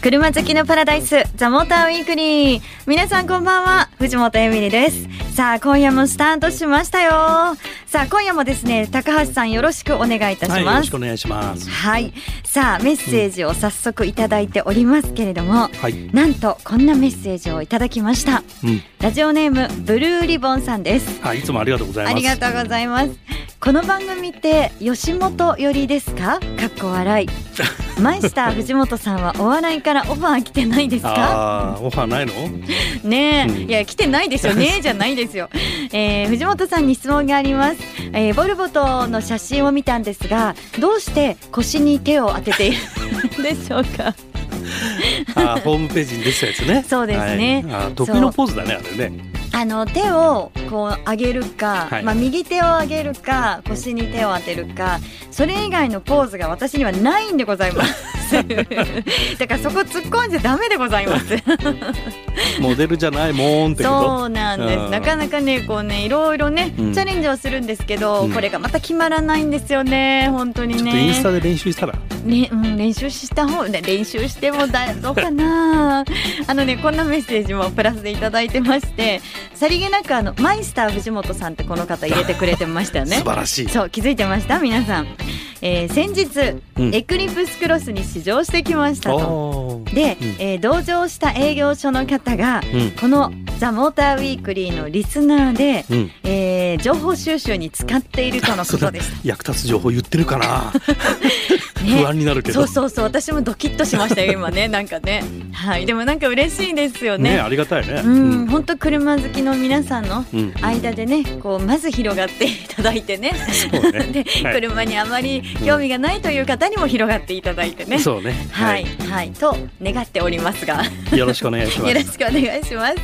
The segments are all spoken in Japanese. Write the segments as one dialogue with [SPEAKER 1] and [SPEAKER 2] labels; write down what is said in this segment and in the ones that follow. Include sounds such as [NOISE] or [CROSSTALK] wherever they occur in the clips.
[SPEAKER 1] 車好きのパラダイス、ザ・モーターウィークリー。皆さんこんばんは、藤本エミリです。さあ、今夜もスタートしましたよ。さあ、今夜もですね、高橋さんよろしくお願いいた
[SPEAKER 2] は
[SPEAKER 1] し
[SPEAKER 2] い、よ
[SPEAKER 1] ま
[SPEAKER 2] ろし
[SPEAKER 1] す
[SPEAKER 2] くお。願いします。
[SPEAKER 1] はい、さあメッセージを早速いただいておりますけれども、
[SPEAKER 2] はい、
[SPEAKER 1] なんとこんなメッセージをいただきました
[SPEAKER 2] うん、
[SPEAKER 1] ラジオネームブルーリボンさんです
[SPEAKER 2] はい、いつもありがとうござい
[SPEAKER 1] あ
[SPEAKER 2] ます。
[SPEAKER 1] りがとうございますこの番組って吉本寄りですかかっこ笑い
[SPEAKER 2] [LAUGHS]
[SPEAKER 1] マイスター藤本さんはお笑いからオファー来てないですか
[SPEAKER 2] ああ、オファー
[SPEAKER 1] [LAUGHS]
[SPEAKER 2] ないの。
[SPEAKER 1] ねえ、
[SPEAKER 2] うん
[SPEAKER 1] いや来てないです
[SPEAKER 2] [LAUGHS]
[SPEAKER 1] よねえじゃないですよ、えー藤本さんに質問があります、えーボルボとの写真を見たんですがどうして腰に手を当てているんでしょうか
[SPEAKER 2] あー、ホームページに出てたやつね。
[SPEAKER 1] そうですね
[SPEAKER 2] はい、あー得意のポーズだね、あれね。
[SPEAKER 1] あの手をこう上げるか、
[SPEAKER 2] はい
[SPEAKER 1] まあ、右手を上げるか腰に手を当てるかそれ以外のポーズが私にはないんでござい
[SPEAKER 2] [LAUGHS]
[SPEAKER 1] ます。だからそこ突っ込んじゃダメでございます。
[SPEAKER 2] モデルじゃないもんってこ
[SPEAKER 1] そうなんで
[SPEAKER 2] う
[SPEAKER 1] す。
[SPEAKER 2] ん
[SPEAKER 1] なかなかねこうねいろいろね、
[SPEAKER 2] うん
[SPEAKER 1] チャレンジをするんですけど、
[SPEAKER 2] うん
[SPEAKER 1] これがまた決まらないんですよね本当
[SPEAKER 2] と。
[SPEAKER 1] に
[SPEAKER 2] ちょっとインスタで
[SPEAKER 1] ね。
[SPEAKER 2] 練習したら。
[SPEAKER 1] ねうん練習した方ね練習してもだどう
[SPEAKER 2] [LAUGHS]
[SPEAKER 1] かな。あのねこんなメッセージもプラスでいただいてまして、さりげなくあのマイスター藤本さんってこの方入れてくれてましたよ
[SPEAKER 2] 素 [LAUGHS]
[SPEAKER 1] ね。
[SPEAKER 2] 晴らしい。
[SPEAKER 1] そう気づいてました皆さん、えー先日、
[SPEAKER 2] うん
[SPEAKER 1] エクリプスクロスに試乗してきましたと
[SPEAKER 2] おー
[SPEAKER 1] で、
[SPEAKER 2] うん
[SPEAKER 1] えー同乗した営業所の方が
[SPEAKER 2] うん、
[SPEAKER 1] この「ザ・モーターウィークリーのリスナーで、
[SPEAKER 2] うん。
[SPEAKER 1] えー情報収集に使っているとのこ
[SPEAKER 2] それ
[SPEAKER 1] とでし
[SPEAKER 2] 役立つ情報言ってるか
[SPEAKER 1] [LAUGHS]
[SPEAKER 2] な。
[SPEAKER 1] た
[SPEAKER 2] [LAUGHS] 不
[SPEAKER 1] ね。
[SPEAKER 2] 安になるけ
[SPEAKER 1] そ
[SPEAKER 2] ど
[SPEAKER 1] う。そうそう私もドキッとしました
[SPEAKER 2] [LAUGHS]
[SPEAKER 1] よ今ねなんかねはいでもなんか嬉しいですよね
[SPEAKER 2] ね、ありがたいね。
[SPEAKER 1] うん本当車好きの皆さんの
[SPEAKER 2] うん。
[SPEAKER 1] 間でねこうまず広がっていただいてね
[SPEAKER 2] そうね。
[SPEAKER 1] [LAUGHS] で、
[SPEAKER 2] はい
[SPEAKER 1] 車にあまり興味がないという方にも広がっていただいてね。
[SPEAKER 2] そうね。
[SPEAKER 1] はい、はい、と願っておりますが、よ
[SPEAKER 2] よろしくお願いしま
[SPEAKER 1] ろ
[SPEAKER 2] す。
[SPEAKER 1] しくお願いします。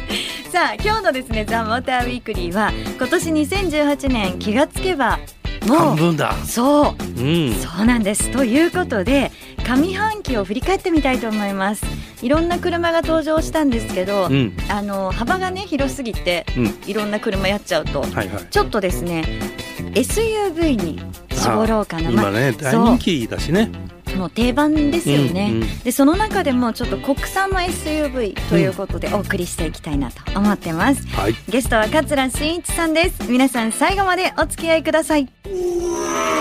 [SPEAKER 1] さあ、今日のですね、ザ・モーターウィークリーは、今年2018年気がつけば、も
[SPEAKER 2] 半
[SPEAKER 1] う、
[SPEAKER 2] 分だ。
[SPEAKER 1] そう、
[SPEAKER 2] うん。
[SPEAKER 1] そうなんです。ということで、上半期を振り返ってみたいと思います。いろんな車が登場したんですけど、
[SPEAKER 2] うん。
[SPEAKER 1] あの、幅がね、広すぎて、
[SPEAKER 2] うん。
[SPEAKER 1] いろんな車やっちゃうと、
[SPEAKER 2] はいはい。
[SPEAKER 1] ちょっとですね、SUV に絞ろうかな。まあ
[SPEAKER 2] 今ね、大人気だしね。
[SPEAKER 1] もう定番ですよね、
[SPEAKER 2] うんうん
[SPEAKER 1] でその中でもちょっと国産の SUV ということでお送りしていきたいなと思ってます、
[SPEAKER 2] はい。
[SPEAKER 1] ゲストは桂真一さんです皆さん最後までお付き合いください
[SPEAKER 3] The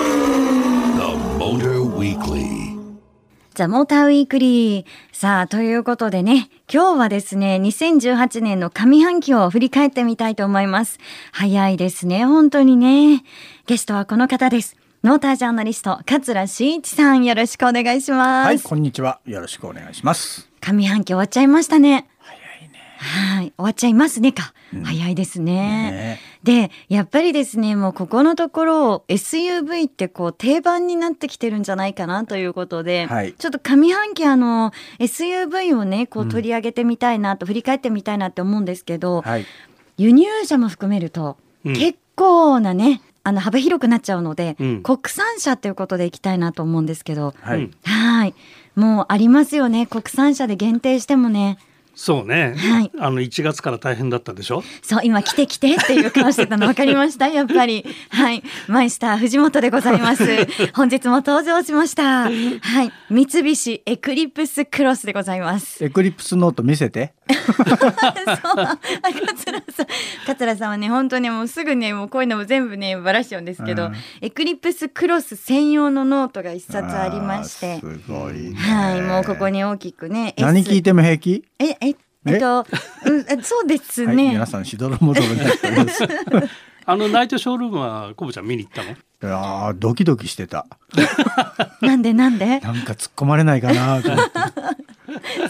[SPEAKER 3] Motor Weekly.
[SPEAKER 1] ザ・モーターウィークリー。さあ、ということでね、今日はですね、2018年の上半期を振り返ってみたいと思います。早いですね、本当にね。ゲストはこの方です。モータージャーナリスト、桂真一さん、よろしくお願いします。
[SPEAKER 4] はい、こんにちは。よろしくお願いします。
[SPEAKER 1] 上半期終わっちゃいましたね。早いね。はい、終わっちゃいますねか。早いですね。
[SPEAKER 4] ね
[SPEAKER 1] で、やっぱりですね、もうここのところ SUV ってこう定番になってきてるんじゃないかなということで、
[SPEAKER 4] はい
[SPEAKER 1] ちょっと上半期あの SUV をね、こう取り上げてみたいなと、振り返ってみたいなって思うんですけど、
[SPEAKER 4] はい、
[SPEAKER 1] 輸入車も含めると、
[SPEAKER 2] うん
[SPEAKER 1] 結構なね、あの幅広くなっちゃうので、
[SPEAKER 2] うん
[SPEAKER 1] 国産車ということでいきたいなと思うんですけど、
[SPEAKER 4] は
[SPEAKER 2] う
[SPEAKER 4] い
[SPEAKER 2] ん、
[SPEAKER 1] はい。もうありますよね。国産車で限定してもね。
[SPEAKER 2] そうね、
[SPEAKER 1] はい
[SPEAKER 2] あの1月から大変だったでしょ
[SPEAKER 1] そう、今来て来てっていう顔してたの分かりま
[SPEAKER 4] [LAUGHS]
[SPEAKER 1] したやっぱり。はい。マイスター藤本でございます。本日も登場しました。はい。三菱エクリプスクロスでございます。
[SPEAKER 4] エクリプスノート見
[SPEAKER 1] [LAUGHS]
[SPEAKER 4] せて。
[SPEAKER 1] あ桂さん。桂さんはね、本当ね、もうすぐね、もうこういうのも全部ね、ばらしちゃうんですけど、
[SPEAKER 4] うん
[SPEAKER 1] エクリプスクロス専用のノートが一冊ありまし
[SPEAKER 4] あ
[SPEAKER 1] て。
[SPEAKER 4] ーすごい、ね。
[SPEAKER 1] はい。もうここに大きくね。
[SPEAKER 4] 何聞いても平気。
[SPEAKER 1] え、え、えっ
[SPEAKER 4] [LAUGHS]
[SPEAKER 1] と、うん、そうです
[SPEAKER 4] はい、
[SPEAKER 1] ね。
[SPEAKER 4] 皆さんしどろもどろ
[SPEAKER 1] [LAUGHS]
[SPEAKER 4] です。い
[SPEAKER 2] あのナイトショールームはコブちゃん見に行ったの
[SPEAKER 4] やー、ドキドキしてた。
[SPEAKER 1] なんでなんで
[SPEAKER 4] なんか突っ込まれないかなと思っ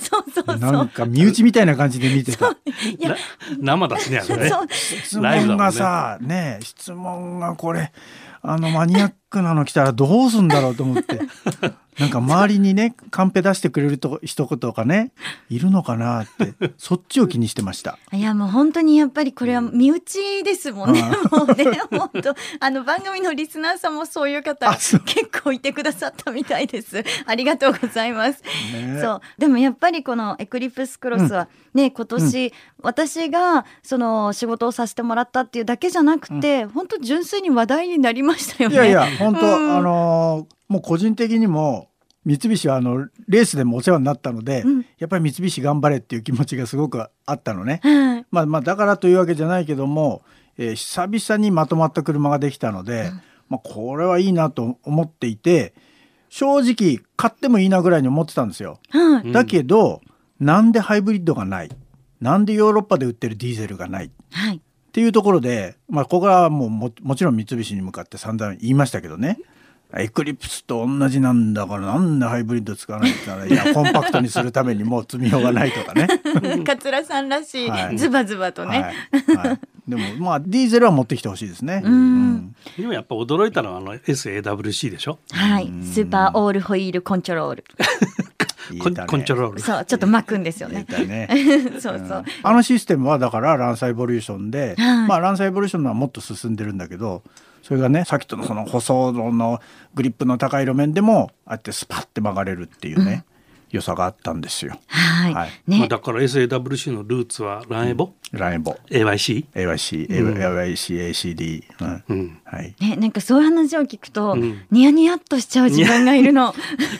[SPEAKER 1] そうそう [LAUGHS] そ
[SPEAKER 4] て。
[SPEAKER 1] う。
[SPEAKER 4] なんか身内みたいな感じで見てた。
[SPEAKER 1] いや、
[SPEAKER 2] 生だしねあれね
[SPEAKER 1] そう。
[SPEAKER 4] 質
[SPEAKER 2] ライブだもんね
[SPEAKER 4] 問がさ、ね質問がこれ。あのマニアックなの来たらどうすんだろうと思って。なんか周りにね、カンペ出してくれると一言がね、いるのかなって、そっちを気にしてました。
[SPEAKER 1] いや、もう本当にやっぱりこれは身内ですもんね。もうね、本当。あの、番組のリスナーさんもそういう方、
[SPEAKER 4] あそう
[SPEAKER 1] 結構いてくださったみたいです。ありがとうございます。
[SPEAKER 4] ね
[SPEAKER 1] そう。でもやっぱりこのエクリプスクロスは、ね、今年、私が、その、仕事をさせてもらったっていうだけじゃなくて、本当純粋に話題になりましたよね。
[SPEAKER 4] いやいや、本当、
[SPEAKER 1] うん
[SPEAKER 4] あのーもう個人的にも、三菱はあのレースでもお世話になったので、
[SPEAKER 1] うん
[SPEAKER 4] やっぱり三菱頑張れっていう気持ちがすごくあったのね。
[SPEAKER 1] はい。
[SPEAKER 4] まあまあだからというわけじゃないけども、えー久々にまとまった車ができたので、まあこれはいいなと思っていて正直買ってもいいなぐらいに思ってたんですよ。
[SPEAKER 1] は
[SPEAKER 2] う
[SPEAKER 1] い。
[SPEAKER 2] ん
[SPEAKER 4] だけど、なんでハイブリッドがないなんでヨーロッパで売ってるディーゼルがないっ [LAUGHS]
[SPEAKER 1] はい。
[SPEAKER 4] ていうところで、まあ、ここはもうももちろん三菱に向かって散々言いましたけどねエクリプスと同じなんだからなんでハイブリッド使わないって言ったらいやコンパクトにするためにもう積みようがないとか
[SPEAKER 1] [LAUGHS]
[SPEAKER 4] ね。
[SPEAKER 5] 桂さんらしい、
[SPEAKER 4] はい
[SPEAKER 5] ズバズバとね、
[SPEAKER 4] はいはい、でもまあディーゼルは持ってきてほしいですね。
[SPEAKER 1] うん
[SPEAKER 2] でもやっぱ驚いたのはあの SAWC でしょ
[SPEAKER 1] はい。スーパーオールホイールコントロール。
[SPEAKER 4] 言
[SPEAKER 2] コ
[SPEAKER 4] え
[SPEAKER 2] ン
[SPEAKER 4] たね
[SPEAKER 2] コントロール。
[SPEAKER 1] そう、ちょっと巻くんですよ
[SPEAKER 4] 言え
[SPEAKER 1] ね。
[SPEAKER 4] た
[SPEAKER 1] [LAUGHS]
[SPEAKER 4] ね
[SPEAKER 1] そうそう。
[SPEAKER 4] [LAUGHS] あのシステムはだからランサイボリューションで、
[SPEAKER 1] はい
[SPEAKER 4] まあランサイボリューションのはもっと進んでるんだけどそれがねさっきとのその舗装のグリップの高い路面でもああやってスパッて曲がれるっていうね、良さがあったんですよ。
[SPEAKER 1] はい。
[SPEAKER 4] はい
[SPEAKER 2] まあ、
[SPEAKER 1] ね。
[SPEAKER 2] だから SAWC のルーツはランエボ、
[SPEAKER 4] ラインボー
[SPEAKER 2] AYC。
[SPEAKER 4] AYC、AYCACD、うん
[SPEAKER 2] うん
[SPEAKER 4] はい、
[SPEAKER 1] ね、なんかそういう話を聞くと、
[SPEAKER 2] うん
[SPEAKER 1] ニヤニヤっとしちゃう自分がいる [LAUGHS] の。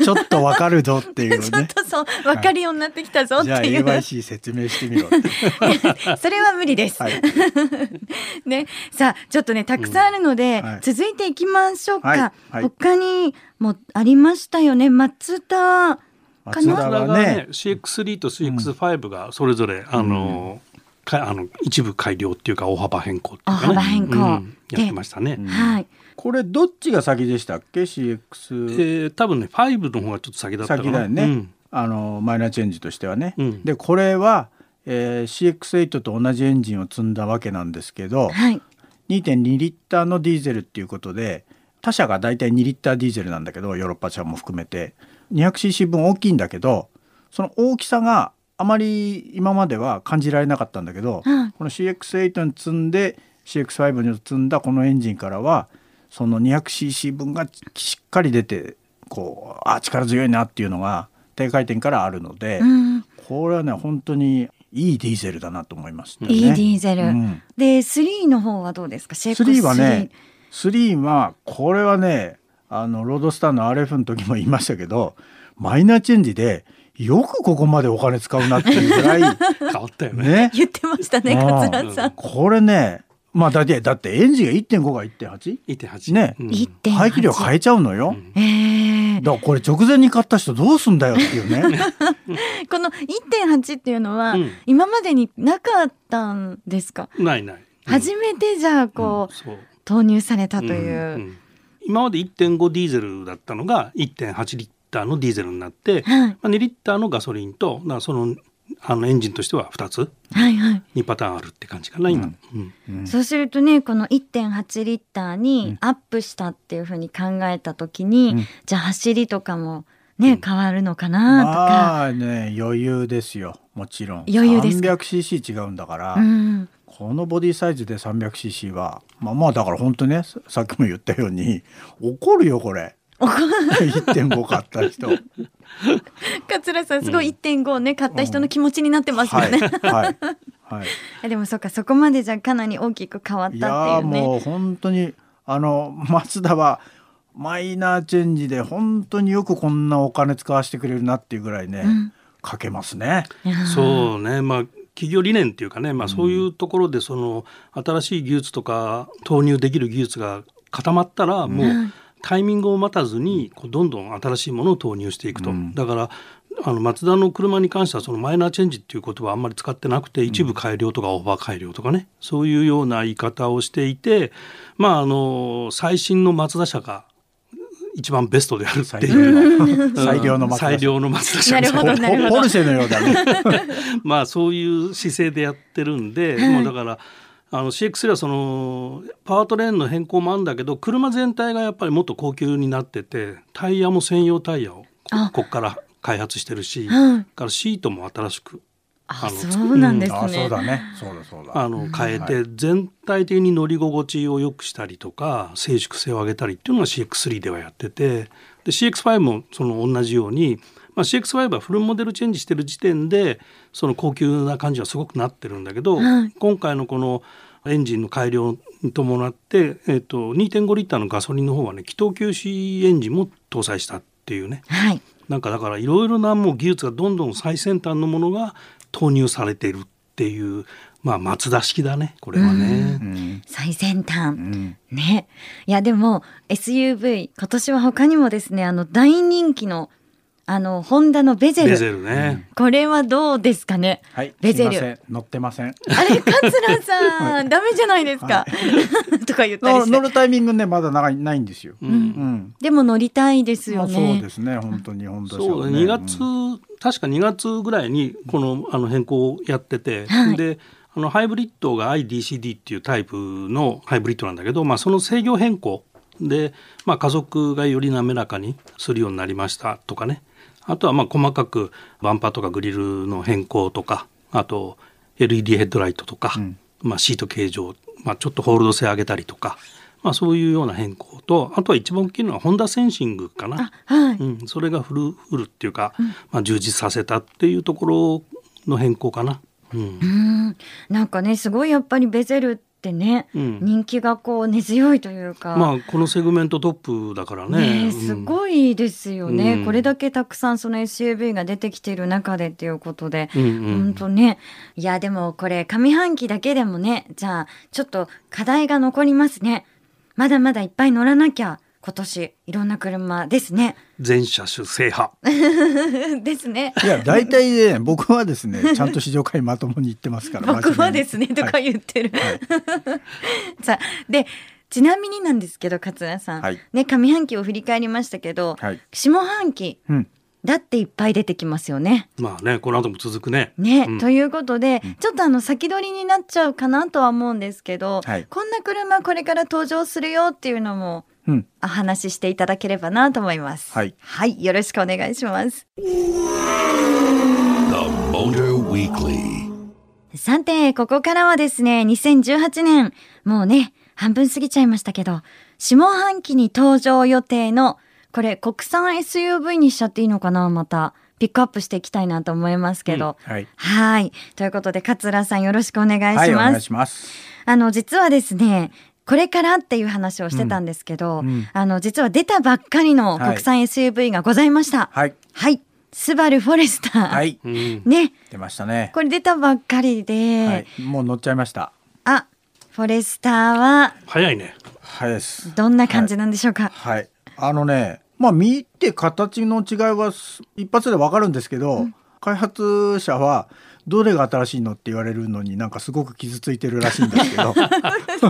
[SPEAKER 4] ちょっとわかるぞっ
[SPEAKER 1] [LAUGHS]
[SPEAKER 4] ていう
[SPEAKER 5] ちょっ
[SPEAKER 4] ね
[SPEAKER 5] とそう分かるようになってきたぞっ
[SPEAKER 4] じゃあ
[SPEAKER 5] ていう、
[SPEAKER 4] AYC 説明してみろって、
[SPEAKER 1] それは無理です。
[SPEAKER 4] はい、
[SPEAKER 1] [LAUGHS] ね、さあちょっとねたくさんあるので、
[SPEAKER 4] うんはい
[SPEAKER 1] 続いていきましょうか、
[SPEAKER 4] はいはい
[SPEAKER 1] 他にもありましたよね松田か
[SPEAKER 4] 松
[SPEAKER 1] な
[SPEAKER 4] 田
[SPEAKER 2] だ
[SPEAKER 4] が
[SPEAKER 2] がね
[SPEAKER 4] ね、
[SPEAKER 2] CX3 と CX5 がそれぞれ、あのかあの一部改良っていうか大幅変更っていうか、ね、
[SPEAKER 1] 大幅変更
[SPEAKER 2] うん
[SPEAKER 1] で
[SPEAKER 2] やってましたね、
[SPEAKER 1] はい
[SPEAKER 4] これどっちが先でしたっけ CX、
[SPEAKER 2] えー多分ね5の方がちょっと先だったか
[SPEAKER 4] 先
[SPEAKER 2] な
[SPEAKER 4] だよね、
[SPEAKER 2] うん
[SPEAKER 4] あのマイナーチェンジとしてはね、
[SPEAKER 2] うん
[SPEAKER 4] でこれは、えー CX8 と同じエンジンを積んだわけなんです
[SPEAKER 2] [LAUGHS]
[SPEAKER 4] けど、
[SPEAKER 1] はい
[SPEAKER 4] 2.2リッターのディーゼルっていうことで他社が大体2リッターディーゼルなんだけどヨーロッパ車も含めて 200cc 分大きいんだけどその大きさがあまり今までは感じられなかったんだけど、
[SPEAKER 1] はい
[SPEAKER 4] この CX8 に積んで CX5 に積んだこのエンジンからはその 200cc 分がしっかり出てこうあ力強いなっていうのが低回転からあるので、
[SPEAKER 1] うん
[SPEAKER 4] これはね本当にいいディーゼルだなと思いましたね。
[SPEAKER 1] いいディーゼル、
[SPEAKER 4] うん
[SPEAKER 1] で3の方はどうですかシェイク
[SPEAKER 4] 3はね3はこれはねあのロードスターの RF の時も言いましたけどマイナーチェンジでよくここまでお金使うなっていうぐ
[SPEAKER 1] [LAUGHS]
[SPEAKER 4] らい
[SPEAKER 2] 変わったよね
[SPEAKER 4] ね
[SPEAKER 5] 言ってましたね
[SPEAKER 4] うん
[SPEAKER 5] 桂さん、
[SPEAKER 4] これねまあだってだってエンジンが1.5が 1.8?
[SPEAKER 2] 1.8
[SPEAKER 4] ね
[SPEAKER 2] うん
[SPEAKER 1] 1.8
[SPEAKER 4] 排気量変えちゃうのよ、
[SPEAKER 2] ん
[SPEAKER 1] えー
[SPEAKER 4] だからこれ直前に買った人どうすんだよっていうね
[SPEAKER 1] この1.8っていうのは、
[SPEAKER 2] うん
[SPEAKER 1] 今までになかったんですか
[SPEAKER 2] ないない、
[SPEAKER 1] 初めてじゃあこう、
[SPEAKER 2] そう
[SPEAKER 1] 投入されたという、
[SPEAKER 2] んん今まで1.5ディーゼルだったのが1.8リッターのディーゼルになって、
[SPEAKER 1] はい
[SPEAKER 2] まあ、2リッターのガソリンとなそのあのエンジンとしては2つ
[SPEAKER 1] はいはい
[SPEAKER 2] 2パターンあるって感じかな今、
[SPEAKER 4] うん
[SPEAKER 2] うん
[SPEAKER 1] [LAUGHS] そうするとねこの1.8リッターにアップしたっていうふうに考えた時に、
[SPEAKER 4] うん
[SPEAKER 1] じゃあ走りとかもね、変わるのかなとか、
[SPEAKER 4] まあね余裕ですよもちろん
[SPEAKER 1] 余裕ですか
[SPEAKER 4] 300cc 違うんだから、
[SPEAKER 1] うん、
[SPEAKER 4] このボディサイズで 300cc はまあまあだから本当ねささっきも言ったように怒るよこれ [LAUGHS] 1.5買った人はい
[SPEAKER 5] 桂さんすごい1.5ね、買った人の気持ちになってますよね、
[SPEAKER 4] はい、はい
[SPEAKER 1] [LAUGHS] えでもそっかそこまでじゃかなり大きく変わっ
[SPEAKER 4] い
[SPEAKER 1] た
[SPEAKER 4] や
[SPEAKER 1] っ
[SPEAKER 4] ー
[SPEAKER 1] ていうね。
[SPEAKER 4] もう本当にあの [LAUGHS] 松田はマイナーチェンジで本当によくこんなお金使わせてくれるなっていうぐらいね、
[SPEAKER 1] うん
[SPEAKER 4] かけますね。
[SPEAKER 1] いやー
[SPEAKER 2] そうねまあ企業理念っていうかね、まあ、そういうところでその新しい技術とか投入できる技術が固まったらもうタイミングを待たずにこうどんどん新しいものを投入していくと、
[SPEAKER 4] うん
[SPEAKER 2] だからあのマツダの車に関してはそのマイナーチェンジっていう言葉はあんまり使ってなくて一部改良とかオーバー改良とかねそういうような言い方をしていてまああの最新のマツダ車が一番ベストであるって
[SPEAKER 4] 最
[SPEAKER 2] いう。
[SPEAKER 4] [LAUGHS] 良の最良の
[SPEAKER 2] うん
[SPEAKER 4] 松田
[SPEAKER 2] 最
[SPEAKER 5] なる
[SPEAKER 2] 良の松田車
[SPEAKER 5] ほど
[SPEAKER 4] ポ
[SPEAKER 5] なるほど
[SPEAKER 4] ポルシェのようだね。
[SPEAKER 2] [LAUGHS] まあそういう姿勢でやってるんで、もうだからあの CX ではそのパワートレーンの変更もあるんだけど車全体がやっぱりもっと高級になっててタイヤも専用タイヤを
[SPEAKER 1] あ
[SPEAKER 2] ここから開発してるし、
[SPEAKER 1] はい
[SPEAKER 2] からシートも新しく
[SPEAKER 1] あ
[SPEAKER 2] あの
[SPEAKER 1] そうなんですね。
[SPEAKER 4] あそうだね。そうだそうだ。
[SPEAKER 2] あの変え
[SPEAKER 4] は
[SPEAKER 2] て全体的に乗り心地を良くしたりとか静粛性を上げたりっていうのが CX3 ではやっててで CX5 もその同じように、まあ、CX5 はフルモデルチェンジしてる時点でその高級な感じはすごくなってるんだけど、
[SPEAKER 1] はい
[SPEAKER 2] 今回のこのエンジンの改良に伴って、えっと2.5リッターのガソリンの方はね気筒吸止エンジンも搭載したっていうね
[SPEAKER 1] はい。
[SPEAKER 2] なんかだからいろいろなもう技術がどんどん最先端のものが投入されてるっていう、まあ、松田式だねこれはね。
[SPEAKER 4] うん
[SPEAKER 1] 最先端
[SPEAKER 4] う。ん
[SPEAKER 1] ね。いや、でも、SUV、今年は他にもですね、あの、大人気の、あの、ホンダのベゼ
[SPEAKER 2] ベ
[SPEAKER 1] ル。
[SPEAKER 2] ゼルね、
[SPEAKER 1] これはどうですか
[SPEAKER 4] [LAUGHS]
[SPEAKER 1] ね。
[SPEAKER 4] はい、
[SPEAKER 1] ベゼル
[SPEAKER 4] すいません乗ってません
[SPEAKER 5] あれ桂さんダメじゃないですか、
[SPEAKER 1] [LAUGHS]
[SPEAKER 5] とか言ったりし
[SPEAKER 4] の
[SPEAKER 5] て
[SPEAKER 4] 乗るタイミングねまだ長いないんですよ、
[SPEAKER 2] うん
[SPEAKER 4] うん
[SPEAKER 1] でも乗りたいですよ
[SPEAKER 4] まあそう
[SPEAKER 1] ね
[SPEAKER 4] で。すね本当に本当
[SPEAKER 2] そうだね2月、確か2月ぐらいにこのあの変更をやってて、
[SPEAKER 1] はい
[SPEAKER 2] であのハイブリッドが IDCD っていうタイプのハイブリッドなんだけど、まあ、その制御変更で、まあ、家族がより滑らかにするようになりましたとかねあとはまあ細かくバンパーとかグリルの変更とかあと LED ヘッドライトとか、
[SPEAKER 4] ん
[SPEAKER 2] まあ、シート形状、まあ、ちょっとホールド性上げたりとか、まあ、そういうような変更とあとは一番大きいのはホンダセンシングかな。
[SPEAKER 1] はい。
[SPEAKER 2] うん、それがフルフルっていうか、まあ、充実させたっていうところの変更かな。うん
[SPEAKER 1] うん。なんかね、すごいやっぱりベゼルってね、
[SPEAKER 2] うん
[SPEAKER 1] 人気がこう根強いというか。
[SPEAKER 2] まあこのセグメントトップだからね。
[SPEAKER 1] ね
[SPEAKER 2] う
[SPEAKER 1] え
[SPEAKER 2] ん
[SPEAKER 1] すごいですよ
[SPEAKER 2] う
[SPEAKER 1] ね、
[SPEAKER 2] ん
[SPEAKER 1] これだけたくさんその SUV が出てきている中でっていうことで、
[SPEAKER 2] うんう
[SPEAKER 1] 本
[SPEAKER 2] ん
[SPEAKER 1] 当ねいやでもこれ上半期だけでもねじゃあちょっと課題が残りますねまだまだいっぱい乗らなきゃ今年いろんな車ですね
[SPEAKER 2] [LAUGHS] 全車種制覇。
[SPEAKER 1] ですね
[SPEAKER 4] いや大体ね [LAUGHS] 僕はですねちゃんと試乗会まともに行ってますから
[SPEAKER 1] 僕はですね
[SPEAKER 4] 真面目
[SPEAKER 1] と
[SPEAKER 4] に
[SPEAKER 1] か言ってる、さあでちなみになんですけど桂さん、
[SPEAKER 4] はい
[SPEAKER 1] ね上半期を振り返りましたけど、
[SPEAKER 4] はい、はい
[SPEAKER 1] 下半期
[SPEAKER 4] うん、
[SPEAKER 1] だっていっぱい出てきますよね
[SPEAKER 2] まあねこの後も続くね。
[SPEAKER 1] ね、
[SPEAKER 2] うん
[SPEAKER 1] ということで、ちょっとあの先取りになっちゃうかなとは思うんですけど、
[SPEAKER 4] はい
[SPEAKER 1] こんな車これから登場するよっていうのも
[SPEAKER 4] うん、
[SPEAKER 1] お話ししていただければなと思います。
[SPEAKER 4] はい
[SPEAKER 1] よろしくお願いします。
[SPEAKER 3] The Motor Weekly.
[SPEAKER 1] さて、ここからはですね、2018年、もうね、半分過ぎちゃいましたけど、下半期に登場予定の、これ国産 SUV にしちゃっていいのかなまた、ピックアップしていきたいなと思いますけど。
[SPEAKER 4] はい
[SPEAKER 1] はい。ということで、桂さんよろしくお願い
[SPEAKER 4] はい
[SPEAKER 1] し
[SPEAKER 4] お
[SPEAKER 1] ます
[SPEAKER 4] 願い。します
[SPEAKER 1] あの実はですねこれからっていう話をしてたんですけど、
[SPEAKER 4] うんうん
[SPEAKER 1] あの実は出たばっかりの
[SPEAKER 4] はい
[SPEAKER 1] 国産 SUV がございました。はい、
[SPEAKER 4] はい
[SPEAKER 1] スバルフォレスター。
[SPEAKER 4] はい
[SPEAKER 2] うん
[SPEAKER 1] ね、
[SPEAKER 4] 出ましたね
[SPEAKER 1] これ出たばっかりで、
[SPEAKER 4] はいもう乗っちゃいました
[SPEAKER 1] あ、フォレスターは
[SPEAKER 2] 早いね。
[SPEAKER 4] はいです
[SPEAKER 1] どんな感じなんでしょうか。
[SPEAKER 4] はい。あのね、まあ見て形の違いはす一発でわかるんですけど、開発者はどれが新しいのって言われるのになんかすごく傷ついてるらしいんですけ
[SPEAKER 1] [LAUGHS]
[SPEAKER 4] ど、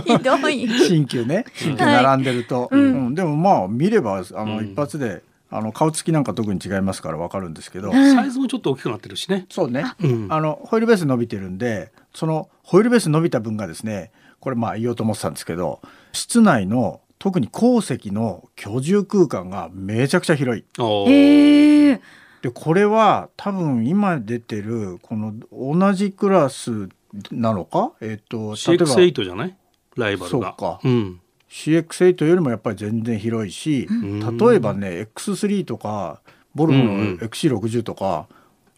[SPEAKER 5] [LAUGHS] ひどい
[SPEAKER 4] 新旧ね、新旧並んでると、うんでもまあ見ればあの
[SPEAKER 2] うん
[SPEAKER 4] 一発で、あの顔つきなんか特に違いますからわかるんですけど、
[SPEAKER 1] はい
[SPEAKER 2] サイズもちょっと大きくなってるしね。
[SPEAKER 4] そうね。
[SPEAKER 2] うん。
[SPEAKER 4] あのホイールベース伸びてるんでそのホイールベース伸びた分がですねこれまあ言おうと思ってたんですけど室内の特に後席の居住空間がめちゃくちゃ広い
[SPEAKER 2] おー
[SPEAKER 1] [LAUGHS] えー、
[SPEAKER 4] でこれは多分今出てるこの同じクラスなのかえっ、と例えば
[SPEAKER 2] CX8 じゃない？ライバルが。
[SPEAKER 4] そうか
[SPEAKER 2] ん。
[SPEAKER 4] CX8 よりもやっぱり全然広いし、
[SPEAKER 2] ん
[SPEAKER 4] 例えばね X3 とかボルボ
[SPEAKER 2] うんうん
[SPEAKER 4] の XC60 とか、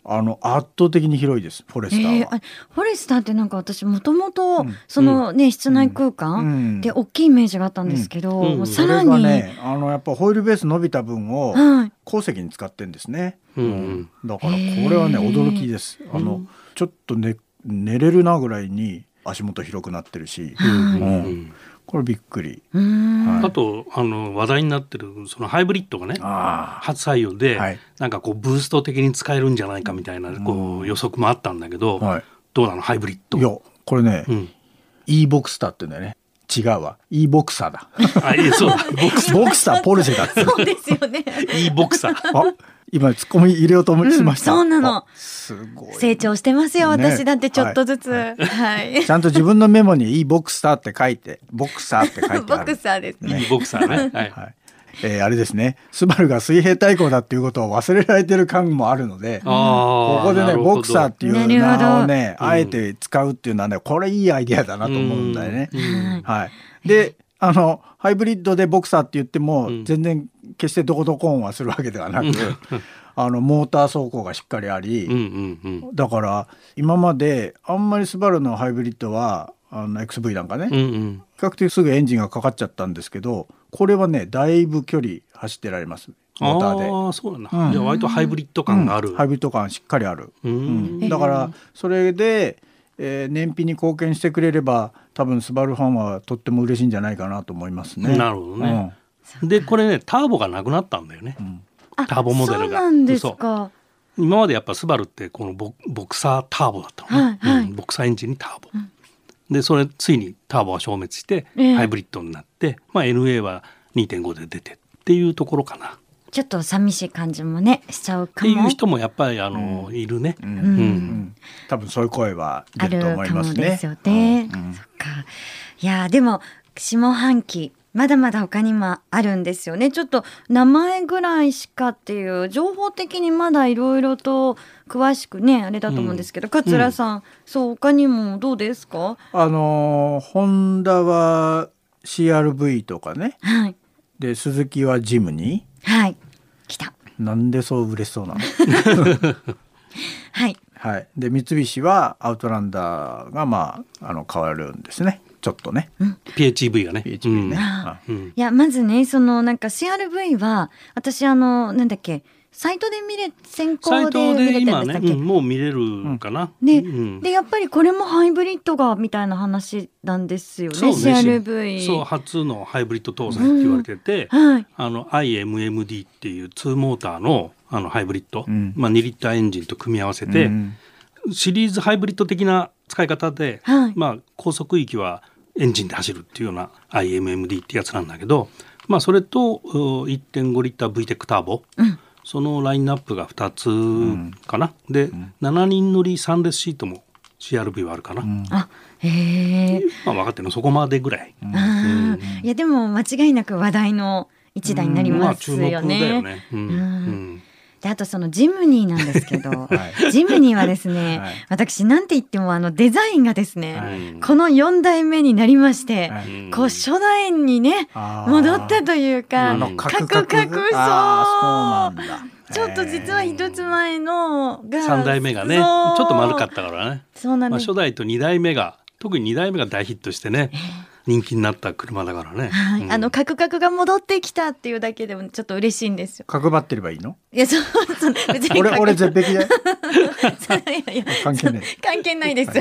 [SPEAKER 4] あの圧倒的に広いですフォレスターは。
[SPEAKER 1] えーあフォレスターってなんか私もともと
[SPEAKER 4] うん
[SPEAKER 1] そのね、室内空
[SPEAKER 4] う
[SPEAKER 1] 間
[SPEAKER 4] ん
[SPEAKER 1] で大きいイメージがあったんですけど、
[SPEAKER 2] うんうん
[SPEAKER 1] もう
[SPEAKER 4] そ
[SPEAKER 1] さ
[SPEAKER 4] れ
[SPEAKER 1] ら
[SPEAKER 4] が
[SPEAKER 1] に、
[SPEAKER 4] ねあのやっぱホイールベース伸びた分を
[SPEAKER 1] はい
[SPEAKER 4] 鉱石に使ってんですね、
[SPEAKER 2] うんうん
[SPEAKER 4] だからこれはね
[SPEAKER 1] へー
[SPEAKER 4] 驚きですあの、ちょっと、ね、寝れるなぐらいに足元広くなってるし、
[SPEAKER 1] はい
[SPEAKER 2] うん
[SPEAKER 4] うんこれびっくり
[SPEAKER 1] うーん
[SPEAKER 4] はい
[SPEAKER 2] あとあの話題になってるそのハイブリッドがね。
[SPEAKER 4] あ
[SPEAKER 2] 初採用で、
[SPEAKER 4] はい
[SPEAKER 2] なんかこうブースト的に使えるんじゃないかみたいなこう予測もあったんだけど、
[SPEAKER 4] あはい
[SPEAKER 2] どうなのハイブリッド。
[SPEAKER 4] いやこれね、
[SPEAKER 2] うん
[SPEAKER 4] e ボクスターって言うんだよね違うわ e ボクサーだ [LAUGHS]
[SPEAKER 2] あいえそうだ。ボクサ
[SPEAKER 4] ボクサーポルシェだって
[SPEAKER 5] そうですよ
[SPEAKER 4] [LAUGHS]
[SPEAKER 5] ね
[SPEAKER 2] ーいいボクサー。
[SPEAKER 4] あ今ツッコミ入れようと思いました、
[SPEAKER 1] うんそうなの
[SPEAKER 4] あすごい
[SPEAKER 1] 成長してますよ、
[SPEAKER 4] ね
[SPEAKER 1] 私だってちょっとずつ。
[SPEAKER 4] は
[SPEAKER 1] はいい。
[SPEAKER 4] ちゃんと自分のメモに e ボクサーって書いてボクサーって書い
[SPEAKER 1] [LAUGHS]
[SPEAKER 4] てある
[SPEAKER 5] ボクサーですね
[SPEAKER 2] いいボクサーね。はい。
[SPEAKER 4] はい。えーあれですね、スバルが水平対向だっていうことを忘れられてる感もあるので、こ
[SPEAKER 2] ああ。
[SPEAKER 4] こでね、
[SPEAKER 2] なるほど
[SPEAKER 4] ボクサーっていう
[SPEAKER 1] なるほ
[SPEAKER 4] 名
[SPEAKER 1] ど
[SPEAKER 4] をね、
[SPEAKER 2] うん
[SPEAKER 4] あえて使うっていうのはね、これいいアイデアだなと思うんだよね
[SPEAKER 2] う。ん
[SPEAKER 4] はい。で、あの、ハイブリッドでボクサーって言っても、
[SPEAKER 2] うん
[SPEAKER 4] 全然決してどこどこンはするわけではなく、あの、モーター走行がしっかりあり、
[SPEAKER 2] うんうんうん
[SPEAKER 4] だから、今まであんまりスバルのハイブリッドは、あの XV なんかね、
[SPEAKER 2] うんうん。
[SPEAKER 4] 比較的すぐエンジンがかかっちゃったんですけどこれはねだいぶ距離走ってられますモーターで。
[SPEAKER 2] ああそうなんだ、
[SPEAKER 4] うん
[SPEAKER 2] じゃあ割とハイブリッド感がある、
[SPEAKER 4] うんハイブリッド感しっかりある、
[SPEAKER 2] うー
[SPEAKER 4] うんんだからそれで、えー燃費に貢献してくれれば多分スバルファンはとっても嬉しいんじゃないかなと思いますね。
[SPEAKER 2] なるほどね、でこれねターボがなくなったんだよね、
[SPEAKER 1] あ
[SPEAKER 2] ターボモデルが
[SPEAKER 1] そうなんですか。
[SPEAKER 2] 今までやっぱスバルってこのボボクサーターボだったのね、
[SPEAKER 1] はいはい
[SPEAKER 2] うんボクサーエンジンにターボ、でそれついにターボは消滅して
[SPEAKER 1] ええ
[SPEAKER 2] ハイブリッドになって、まあ、NA は2.5で出てっていうところかなっ
[SPEAKER 1] ちょっと寂しい感じもねしちゃうか
[SPEAKER 2] てい
[SPEAKER 1] も
[SPEAKER 2] う。人もやっぱりあの、いるね、
[SPEAKER 4] うん
[SPEAKER 1] うん
[SPEAKER 4] うん多分そういう声は
[SPEAKER 1] あ
[SPEAKER 4] 出
[SPEAKER 1] る
[SPEAKER 4] ると思い
[SPEAKER 1] か
[SPEAKER 4] ま
[SPEAKER 1] も
[SPEAKER 4] す
[SPEAKER 1] で
[SPEAKER 4] ね。
[SPEAKER 1] すよね。
[SPEAKER 4] うんうん
[SPEAKER 1] そっか。いやーでも下半期まだまだ他にもあるんですよね。ちょっと名前ぐらいしかっていう情報的にまだいろいろと詳しくねあれだと思うんですけど、桂さん、そう他にもどうですか。
[SPEAKER 4] あのーホンダは CRV とかね
[SPEAKER 1] はい
[SPEAKER 4] で鈴木はジムニ
[SPEAKER 1] はい来た
[SPEAKER 4] ーなんでそう嬉しそうなの
[SPEAKER 1] はい
[SPEAKER 4] はいで三菱はアウトランダーがまああの変わるんですねちょっとね
[SPEAKER 2] PHEV がね
[SPEAKER 4] PHP ね。
[SPEAKER 1] あ
[SPEAKER 2] うんうん
[SPEAKER 1] いやまずねそのなんか CRV は私あのなんだっけサイトで見れ先
[SPEAKER 2] サイ
[SPEAKER 1] 行で
[SPEAKER 2] ト
[SPEAKER 1] 見
[SPEAKER 2] で
[SPEAKER 1] れた
[SPEAKER 2] 今
[SPEAKER 1] ん
[SPEAKER 2] ね
[SPEAKER 1] でしたっ、け、
[SPEAKER 2] うんもう見れるかな、
[SPEAKER 1] ね、
[SPEAKER 2] うん
[SPEAKER 1] でやっぱりこれもハイブリッドがみたいな話なんですよね
[SPEAKER 2] そうね
[SPEAKER 1] CRV
[SPEAKER 2] そう初のハイブリッド搭載って言われてて、
[SPEAKER 1] はい
[SPEAKER 2] あの IMMD っていう2モーターのあのハイブリッド、
[SPEAKER 4] うん
[SPEAKER 2] まあ、2リッターエンジンと組み合わせて、
[SPEAKER 4] うん
[SPEAKER 2] シリーズハイブリッド的な使い方で、
[SPEAKER 1] はい
[SPEAKER 2] まあ、高速域はエンジンで走るっていうような IMMD ってやつなんだけど、まあ、それとう1.5リッター VTEC ターボ、そのラインナップが2つかな、で、7人乗りサンレスシートも CRV はあるかな、
[SPEAKER 1] あへえ、
[SPEAKER 2] まあ、分かってるのそこまでぐらい。
[SPEAKER 1] ああーいやでも間違いなく話題の一台になりますよね,、
[SPEAKER 2] あ、注目だよね。うんうん
[SPEAKER 1] であとそのジムニーなんですけど、
[SPEAKER 4] は
[SPEAKER 1] ジムニーはですね、
[SPEAKER 4] はい
[SPEAKER 1] 私なんて言ってもあのデザインがですね、
[SPEAKER 2] はい
[SPEAKER 1] この4代目になりまして、
[SPEAKER 4] はい
[SPEAKER 1] こう初代にね
[SPEAKER 4] あー
[SPEAKER 1] 戻ったというか、
[SPEAKER 2] あ
[SPEAKER 4] の
[SPEAKER 1] カ
[SPEAKER 4] カ
[SPEAKER 1] ク
[SPEAKER 4] ク
[SPEAKER 1] カ
[SPEAKER 4] カ
[SPEAKER 1] ク
[SPEAKER 4] ク
[SPEAKER 1] そ
[SPEAKER 4] あ
[SPEAKER 1] う
[SPEAKER 4] ーそうなんだ
[SPEAKER 1] ちょっと実は一つ前のが
[SPEAKER 2] 三代目がね、ち
[SPEAKER 1] そう
[SPEAKER 2] ょっと丸かったからね。
[SPEAKER 1] そうなん
[SPEAKER 2] ま
[SPEAKER 1] で
[SPEAKER 2] あ
[SPEAKER 1] す、
[SPEAKER 2] 初代と二代目が、特に二代目が大ヒットしてね、人気になった車だからね。
[SPEAKER 1] はい
[SPEAKER 2] うん
[SPEAKER 1] あのカクカクが戻ってきたっていうだけでもちょっと嬉しい
[SPEAKER 2] [LAUGHS]
[SPEAKER 1] んですよ。
[SPEAKER 4] 角張ってればいいの
[SPEAKER 1] いやそうそう別に
[SPEAKER 4] 俺
[SPEAKER 1] カク
[SPEAKER 4] 俺絶
[SPEAKER 1] [LAUGHS]
[SPEAKER 4] 壁で
[SPEAKER 1] いやいや
[SPEAKER 4] 関係ない
[SPEAKER 1] [LAUGHS] 関係ないです。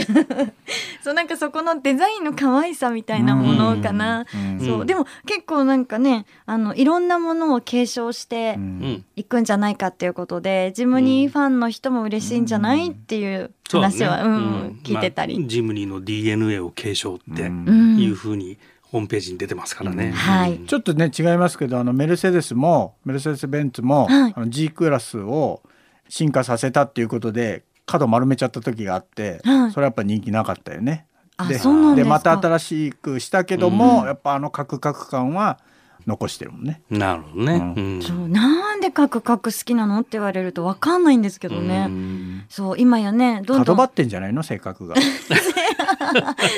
[SPEAKER 1] [LAUGHS] そうなんかそこのデザインの可愛さみたいなものかな。
[SPEAKER 4] うん
[SPEAKER 1] そううんでも結構なんかねあのいろんなものを継承して
[SPEAKER 4] うん
[SPEAKER 2] うん
[SPEAKER 1] いくんじゃないかっていうことでジムニーファンの人も嬉しいんじゃないっていう
[SPEAKER 2] そうだね
[SPEAKER 1] 話はうん
[SPEAKER 2] うん
[SPEAKER 1] 聞いてたり、
[SPEAKER 2] まあジムニーの DNA を継承って
[SPEAKER 1] ん
[SPEAKER 2] いうふうにホームページに出てますからね。
[SPEAKER 1] はい
[SPEAKER 2] うん
[SPEAKER 4] ちょっとね違いますけどあのメルセデスもメルセデス・ベンツも、
[SPEAKER 1] はい
[SPEAKER 4] あの G クラスを進化させたっていうことで角丸めちゃった時があって、
[SPEAKER 1] はい
[SPEAKER 4] それはやっぱ人気なかったよね。
[SPEAKER 1] あそうなんですか
[SPEAKER 4] また新しくしたけども、やっぱあのカクカク感は残してるもんね。
[SPEAKER 2] なるほどね。
[SPEAKER 4] う
[SPEAKER 2] うん
[SPEAKER 1] そうなんでカクカク好きなのって言われるとわかんないんですけどね、
[SPEAKER 2] うん
[SPEAKER 1] そう今やねどんど
[SPEAKER 4] 角
[SPEAKER 1] ん
[SPEAKER 4] 張ってんじゃないの性格が。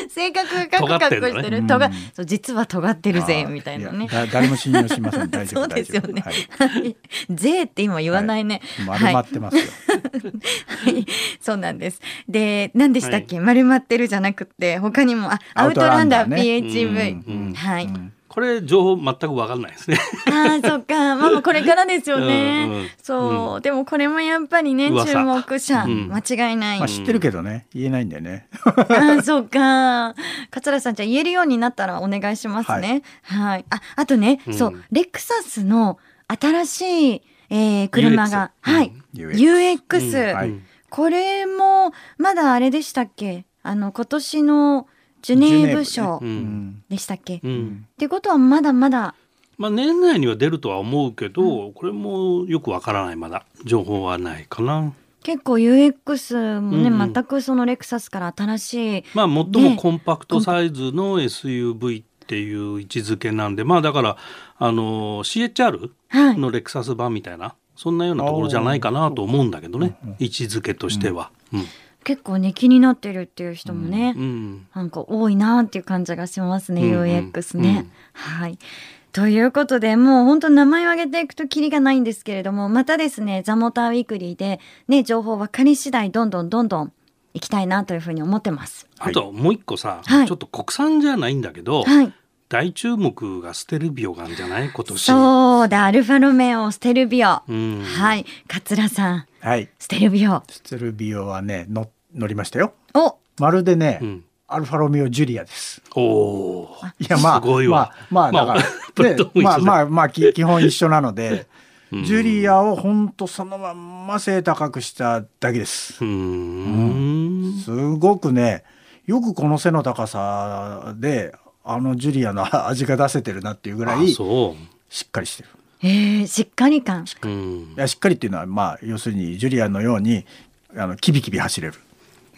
[SPEAKER 1] 性格がカクカクしてる
[SPEAKER 4] 尖って
[SPEAKER 1] と
[SPEAKER 4] んだね
[SPEAKER 1] が、
[SPEAKER 4] うん
[SPEAKER 1] そう実は尖ってるぜ
[SPEAKER 4] あー
[SPEAKER 1] みたいなね
[SPEAKER 4] やだ誰も信用し
[SPEAKER 1] [LAUGHS]
[SPEAKER 4] ません。大丈
[SPEAKER 1] そ
[SPEAKER 4] 夫
[SPEAKER 1] うですよね
[SPEAKER 4] 大丈。
[SPEAKER 1] [LAUGHS] 税って今言わないね。
[SPEAKER 4] 夫はい、丸ま
[SPEAKER 1] は
[SPEAKER 4] っ
[SPEAKER 1] い、
[SPEAKER 4] てますよ。
[SPEAKER 1] そうなんです。で、何でしたっけ、丸まってるじゃなくて、他にも、あ、ア
[SPEAKER 4] ア
[SPEAKER 1] ウ
[SPEAKER 4] ウ
[SPEAKER 1] ト
[SPEAKER 4] ト
[SPEAKER 1] ラ
[SPEAKER 4] ラ
[SPEAKER 1] ン
[SPEAKER 4] ン
[SPEAKER 1] ダ
[SPEAKER 4] ダ
[SPEAKER 1] ー、
[SPEAKER 4] ーね
[SPEAKER 1] PHEV。
[SPEAKER 4] うんうん
[SPEAKER 1] はい。
[SPEAKER 4] うん
[SPEAKER 2] これ情報全く分かんないですね。
[SPEAKER 1] ああ、そっか。まあ、もうこれからですよね。
[SPEAKER 2] うんうん
[SPEAKER 1] そう、でもこれもやっぱりね、
[SPEAKER 2] 噂
[SPEAKER 1] 注目者、
[SPEAKER 2] うん
[SPEAKER 1] 間違いない。
[SPEAKER 4] まあ知ってるけどね言えないんだよね。
[SPEAKER 1] [LAUGHS] ああ、そうか。桂さん、じゃあ言えるようになったらお願いしますね。はい。あ、あとね、
[SPEAKER 2] うん
[SPEAKER 1] そう、レクサスの新しい、えー車が、
[SPEAKER 2] UX
[SPEAKER 1] はい、
[SPEAKER 4] うん
[SPEAKER 1] UX、
[SPEAKER 2] うんはい
[SPEAKER 1] これも、まだあれでしたっけあの、今年のジュネーブ賞
[SPEAKER 2] う
[SPEAKER 4] うんん
[SPEAKER 1] でしたっけ、
[SPEAKER 2] う
[SPEAKER 1] っ
[SPEAKER 2] ん
[SPEAKER 1] てことは、まだまだ、
[SPEAKER 2] まあ、年内には出るとは思うけど、これもよくわからないまだ情報はないかな。
[SPEAKER 1] 結構 UX もね、
[SPEAKER 2] うんうん
[SPEAKER 1] 全くそのレクサスから新しい、
[SPEAKER 2] まあ、最
[SPEAKER 1] ね
[SPEAKER 2] もコンパクトサイズの SUV っていう位置づけなんで、まあ、だからあの CHR
[SPEAKER 1] はい。
[SPEAKER 2] のレクサス版みたいな、そんなようなところじゃないかなと思うんだけどね、位置づけとしては。うん
[SPEAKER 1] 結構ね、気になってるっていう人もね、
[SPEAKER 2] うん
[SPEAKER 1] なんか多いなっていう感じがしますね、
[SPEAKER 2] うんうん
[SPEAKER 1] UX ね。
[SPEAKER 2] うん
[SPEAKER 1] はい。ということで、もう本当名前を挙げていくとキリがないんですけれども、またですね、ザ・モーターウィークリーで、ね、情報分かり次第、どんどんどんどん行きたいなというふうに思ってます。
[SPEAKER 2] あともう一個さ、
[SPEAKER 1] はい
[SPEAKER 2] ちょっと国産じゃないんだけど、
[SPEAKER 1] はい。
[SPEAKER 2] 大注目がステルビオがんじゃない今年。
[SPEAKER 1] そうだ、アルファロメオ、ステルビオ。
[SPEAKER 2] うん
[SPEAKER 1] はい、桂さん、
[SPEAKER 4] はい
[SPEAKER 1] ステルビオ。
[SPEAKER 4] ステルビオはね乗乗りましたよ
[SPEAKER 1] お、
[SPEAKER 4] まるでね、
[SPEAKER 2] うん
[SPEAKER 4] アルファロミオジュリアです
[SPEAKER 2] おおー。
[SPEAKER 4] いやまあ
[SPEAKER 2] すごいわ
[SPEAKER 4] まあまあ
[SPEAKER 2] まあ
[SPEAKER 4] だ
[SPEAKER 2] [LAUGHS]
[SPEAKER 4] から、
[SPEAKER 2] どっちも一緒
[SPEAKER 4] でまあ
[SPEAKER 2] だ
[SPEAKER 4] まあまあき [LAUGHS] 基本一緒なので、
[SPEAKER 2] うん
[SPEAKER 4] ジュリアをほんとそのまんま背高くしただけです
[SPEAKER 2] うーん。
[SPEAKER 4] すごくねよくこの背の高さであのジュリアの [LAUGHS] 味が出せてるなっていうぐら
[SPEAKER 2] あ、
[SPEAKER 4] いし
[SPEAKER 2] そ
[SPEAKER 4] っかりしてる
[SPEAKER 1] えー、しっかり感。
[SPEAKER 2] う。うん
[SPEAKER 4] い。やしっかりっていうのはまあ要するにジュリアのようにあのキビキビ走れる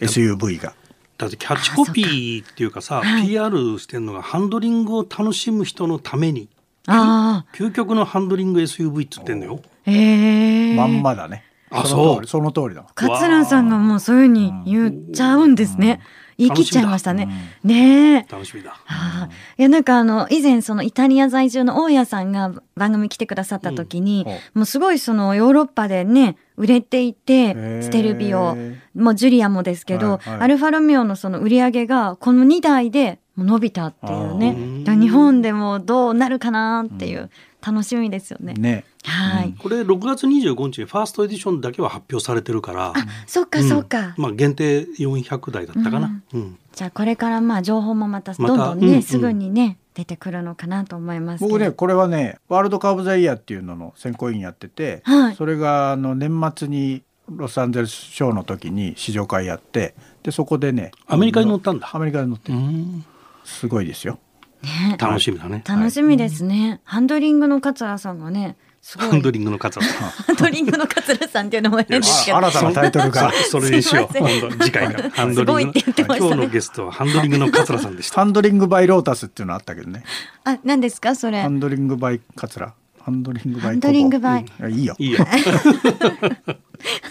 [SPEAKER 4] SUV が
[SPEAKER 2] だってキャッチコピーっていうかさ、
[SPEAKER 1] はい
[SPEAKER 2] PR してるのがハンドリングを楽しむ人のために
[SPEAKER 1] ああ、
[SPEAKER 2] 究極のハンドリング SUV っつってんのよ。
[SPEAKER 1] えー。
[SPEAKER 4] まんまだね、
[SPEAKER 2] あ
[SPEAKER 4] その通
[SPEAKER 2] そう
[SPEAKER 4] りその通りだわ
[SPEAKER 1] 桂さんがもうそういうふうに言っちゃうんですね。言い切っちゃいましたね。ねえ。
[SPEAKER 2] 楽しみだ。
[SPEAKER 1] ああいやなんかあの以前そのイタリア在住の大家さんが番組来てくださった時に、
[SPEAKER 4] うんほ
[SPEAKER 1] もうすごいそのヨーロッパでね売れていて
[SPEAKER 4] ー
[SPEAKER 1] ステルビオもうジュリアもですけど、
[SPEAKER 4] はいはい
[SPEAKER 1] アルファロメオのその売り上げがこの2台でもう伸びたっていう
[SPEAKER 4] あ
[SPEAKER 1] ね
[SPEAKER 2] ー
[SPEAKER 1] だから日本でもどうなるかなっていう楽しみですよね。
[SPEAKER 4] ね
[SPEAKER 1] はい、
[SPEAKER 2] これ6月25日にファーストエディションだけは発表されてるから、
[SPEAKER 1] そっか
[SPEAKER 2] うん
[SPEAKER 1] そっか、
[SPEAKER 2] まあ限定400台だったかな。うん。
[SPEAKER 1] じゃあこれからまあ情報もまたど
[SPEAKER 2] ま
[SPEAKER 1] ん
[SPEAKER 2] た
[SPEAKER 1] どんね、
[SPEAKER 2] うんうん
[SPEAKER 1] すぐにね出てくるのかなと思いますけど
[SPEAKER 4] 僕ねこれはねワールドカー・オブ・ザ・イヤーっていうのの選考委員やってて、
[SPEAKER 1] はい
[SPEAKER 4] それがあの年末にロサンゼルスショーの時に試乗会やってでそこでね
[SPEAKER 2] アメリカに乗ったんだ
[SPEAKER 4] アメリカに乗って
[SPEAKER 2] うん
[SPEAKER 4] すごいですよ
[SPEAKER 1] ね
[SPEAKER 2] 楽しみだね。
[SPEAKER 1] 楽しみですね、ハンドリングの桂さんがねすごい
[SPEAKER 2] ハンドリングの数は。
[SPEAKER 1] ハンドリングの桂さんっていうのも変ですけど
[SPEAKER 4] あ新たなタイトルが
[SPEAKER 2] そそれにしよう。
[SPEAKER 1] すいません
[SPEAKER 2] 今度次回からハンドリングの。
[SPEAKER 1] [LAUGHS] すごいって言ってましたね
[SPEAKER 2] 今日のゲストはハンドリングの桂さんでした。
[SPEAKER 4] ハンドリング・バイ・ロータスっていうのあったけどね
[SPEAKER 1] あ何ですかそれ
[SPEAKER 4] ハンドリング・バイ・カツラハンドリング・バイ・
[SPEAKER 1] ハンドリング
[SPEAKER 4] コボ
[SPEAKER 1] バイ
[SPEAKER 4] うんいやいいよ
[SPEAKER 2] いい
[SPEAKER 1] [LAUGHS]
[SPEAKER 2] よ。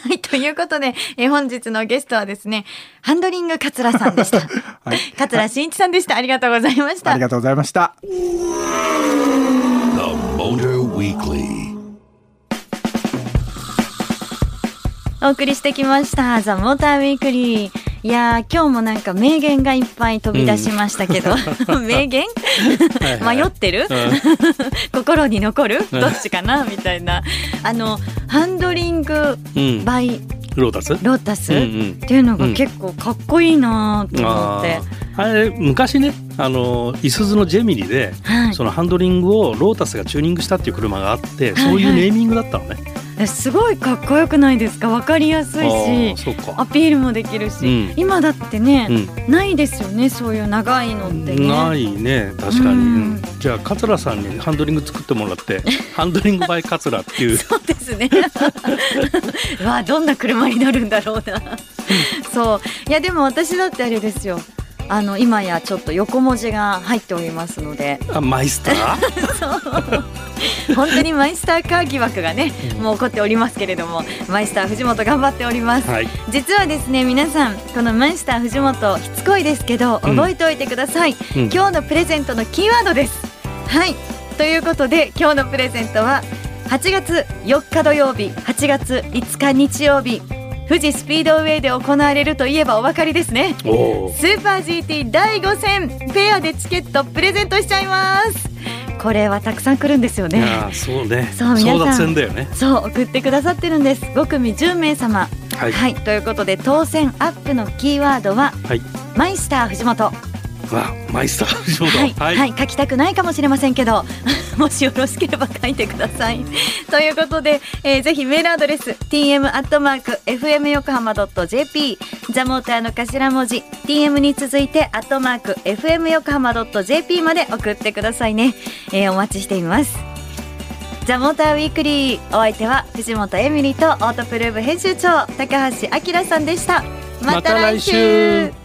[SPEAKER 5] はい、ということで、えー本日のゲストはですね、ハンドリング桂さんで
[SPEAKER 4] [LAUGHS]
[SPEAKER 5] した。
[SPEAKER 4] はい
[SPEAKER 5] 桂真一さんでした。ありがとうございまし
[SPEAKER 4] あ
[SPEAKER 5] た
[SPEAKER 4] り。がとうございました。
[SPEAKER 3] The Motor Weekly.
[SPEAKER 1] お送りしてきました「ザ・モーターウィークリーいやー今日もなんか名言がいっぱい飛び出しました
[SPEAKER 2] [LAUGHS]
[SPEAKER 1] けど、名言
[SPEAKER 2] はい
[SPEAKER 1] 迷ってる、 [LAUGHS] 心に残るどっちかなみたいなあのハンドリング
[SPEAKER 2] うん。
[SPEAKER 1] バイ
[SPEAKER 2] ロータス。
[SPEAKER 1] ロータス、
[SPEAKER 2] うんうん
[SPEAKER 1] っていうのが結構かっこいいなと思って、
[SPEAKER 2] あーあれ昔ねあのいすゞのジェミニで、
[SPEAKER 1] はい
[SPEAKER 2] そのハンドリングをロータスがチューニングしたっていう車があって
[SPEAKER 1] はい
[SPEAKER 2] そういうネーミングだったのね。
[SPEAKER 1] えすごいかっこよくないですかわかりやすい
[SPEAKER 2] あー
[SPEAKER 1] し
[SPEAKER 2] そうか
[SPEAKER 1] アピールもできるし、
[SPEAKER 2] うん
[SPEAKER 1] 今だってね、
[SPEAKER 2] うん
[SPEAKER 1] ないですよねそういう長いのってね
[SPEAKER 2] ないね確かに、
[SPEAKER 1] うん
[SPEAKER 2] うんじゃあ桂さんにハンドリング作ってもらって
[SPEAKER 1] [LAUGHS]
[SPEAKER 2] ハンドリングバイ桂っていう
[SPEAKER 1] そうですね [LAUGHS] うわどんな車になるんだろうなそういやでも私だってあれですよあの今やちょっと横文字が入っておりますので
[SPEAKER 2] あマイスタ
[SPEAKER 1] [LAUGHS]
[SPEAKER 2] ー
[SPEAKER 1] 本当にマイスターカー疑惑がね
[SPEAKER 2] うん
[SPEAKER 1] もう起こっておりますけれどもマイスター藤本頑張っております、
[SPEAKER 2] はい
[SPEAKER 1] 実はですね皆さんこのマイスター藤本しつこいですけど
[SPEAKER 2] うん
[SPEAKER 1] 覚えておいてください、
[SPEAKER 2] うん
[SPEAKER 1] 今日のプレゼントのキーワードですはいということで今日のプレゼントは8月4日土曜日8月5日日曜日富士スピードウェイで行われるといえばお分かりですね
[SPEAKER 2] おお
[SPEAKER 1] スーパー GT 第5戦ペアでチケットプレゼントしちゃいますこれはたくさん来るんですよ
[SPEAKER 2] い
[SPEAKER 1] ね
[SPEAKER 2] やーそうね
[SPEAKER 1] そう皆
[SPEAKER 2] 争
[SPEAKER 1] さん
[SPEAKER 2] 奪戦だよね
[SPEAKER 1] そう送ってくださってるんです5組10名様
[SPEAKER 2] はい、
[SPEAKER 1] はい、ということで当選アップのキーワードは
[SPEAKER 2] はい、
[SPEAKER 1] マイスター藤本
[SPEAKER 2] あマイスター [LAUGHS] 藤本
[SPEAKER 1] はい、はい、書きたくないかもしれませんけど [LAUGHS] もしよろしければ書いてください [LAUGHS] ということで、えーぜひメールアドレス tm アットマーク fm 横浜ドット jp ザモーターの頭文字 tm に続いてアットマーク fm 横浜ドット jp まで送ってくださいね、えーお待ちしていますザモーターウィークリーお相手は藤本エミリーとオートプルーブ編集長高橋明さんでしたまた来週
[SPEAKER 2] また来週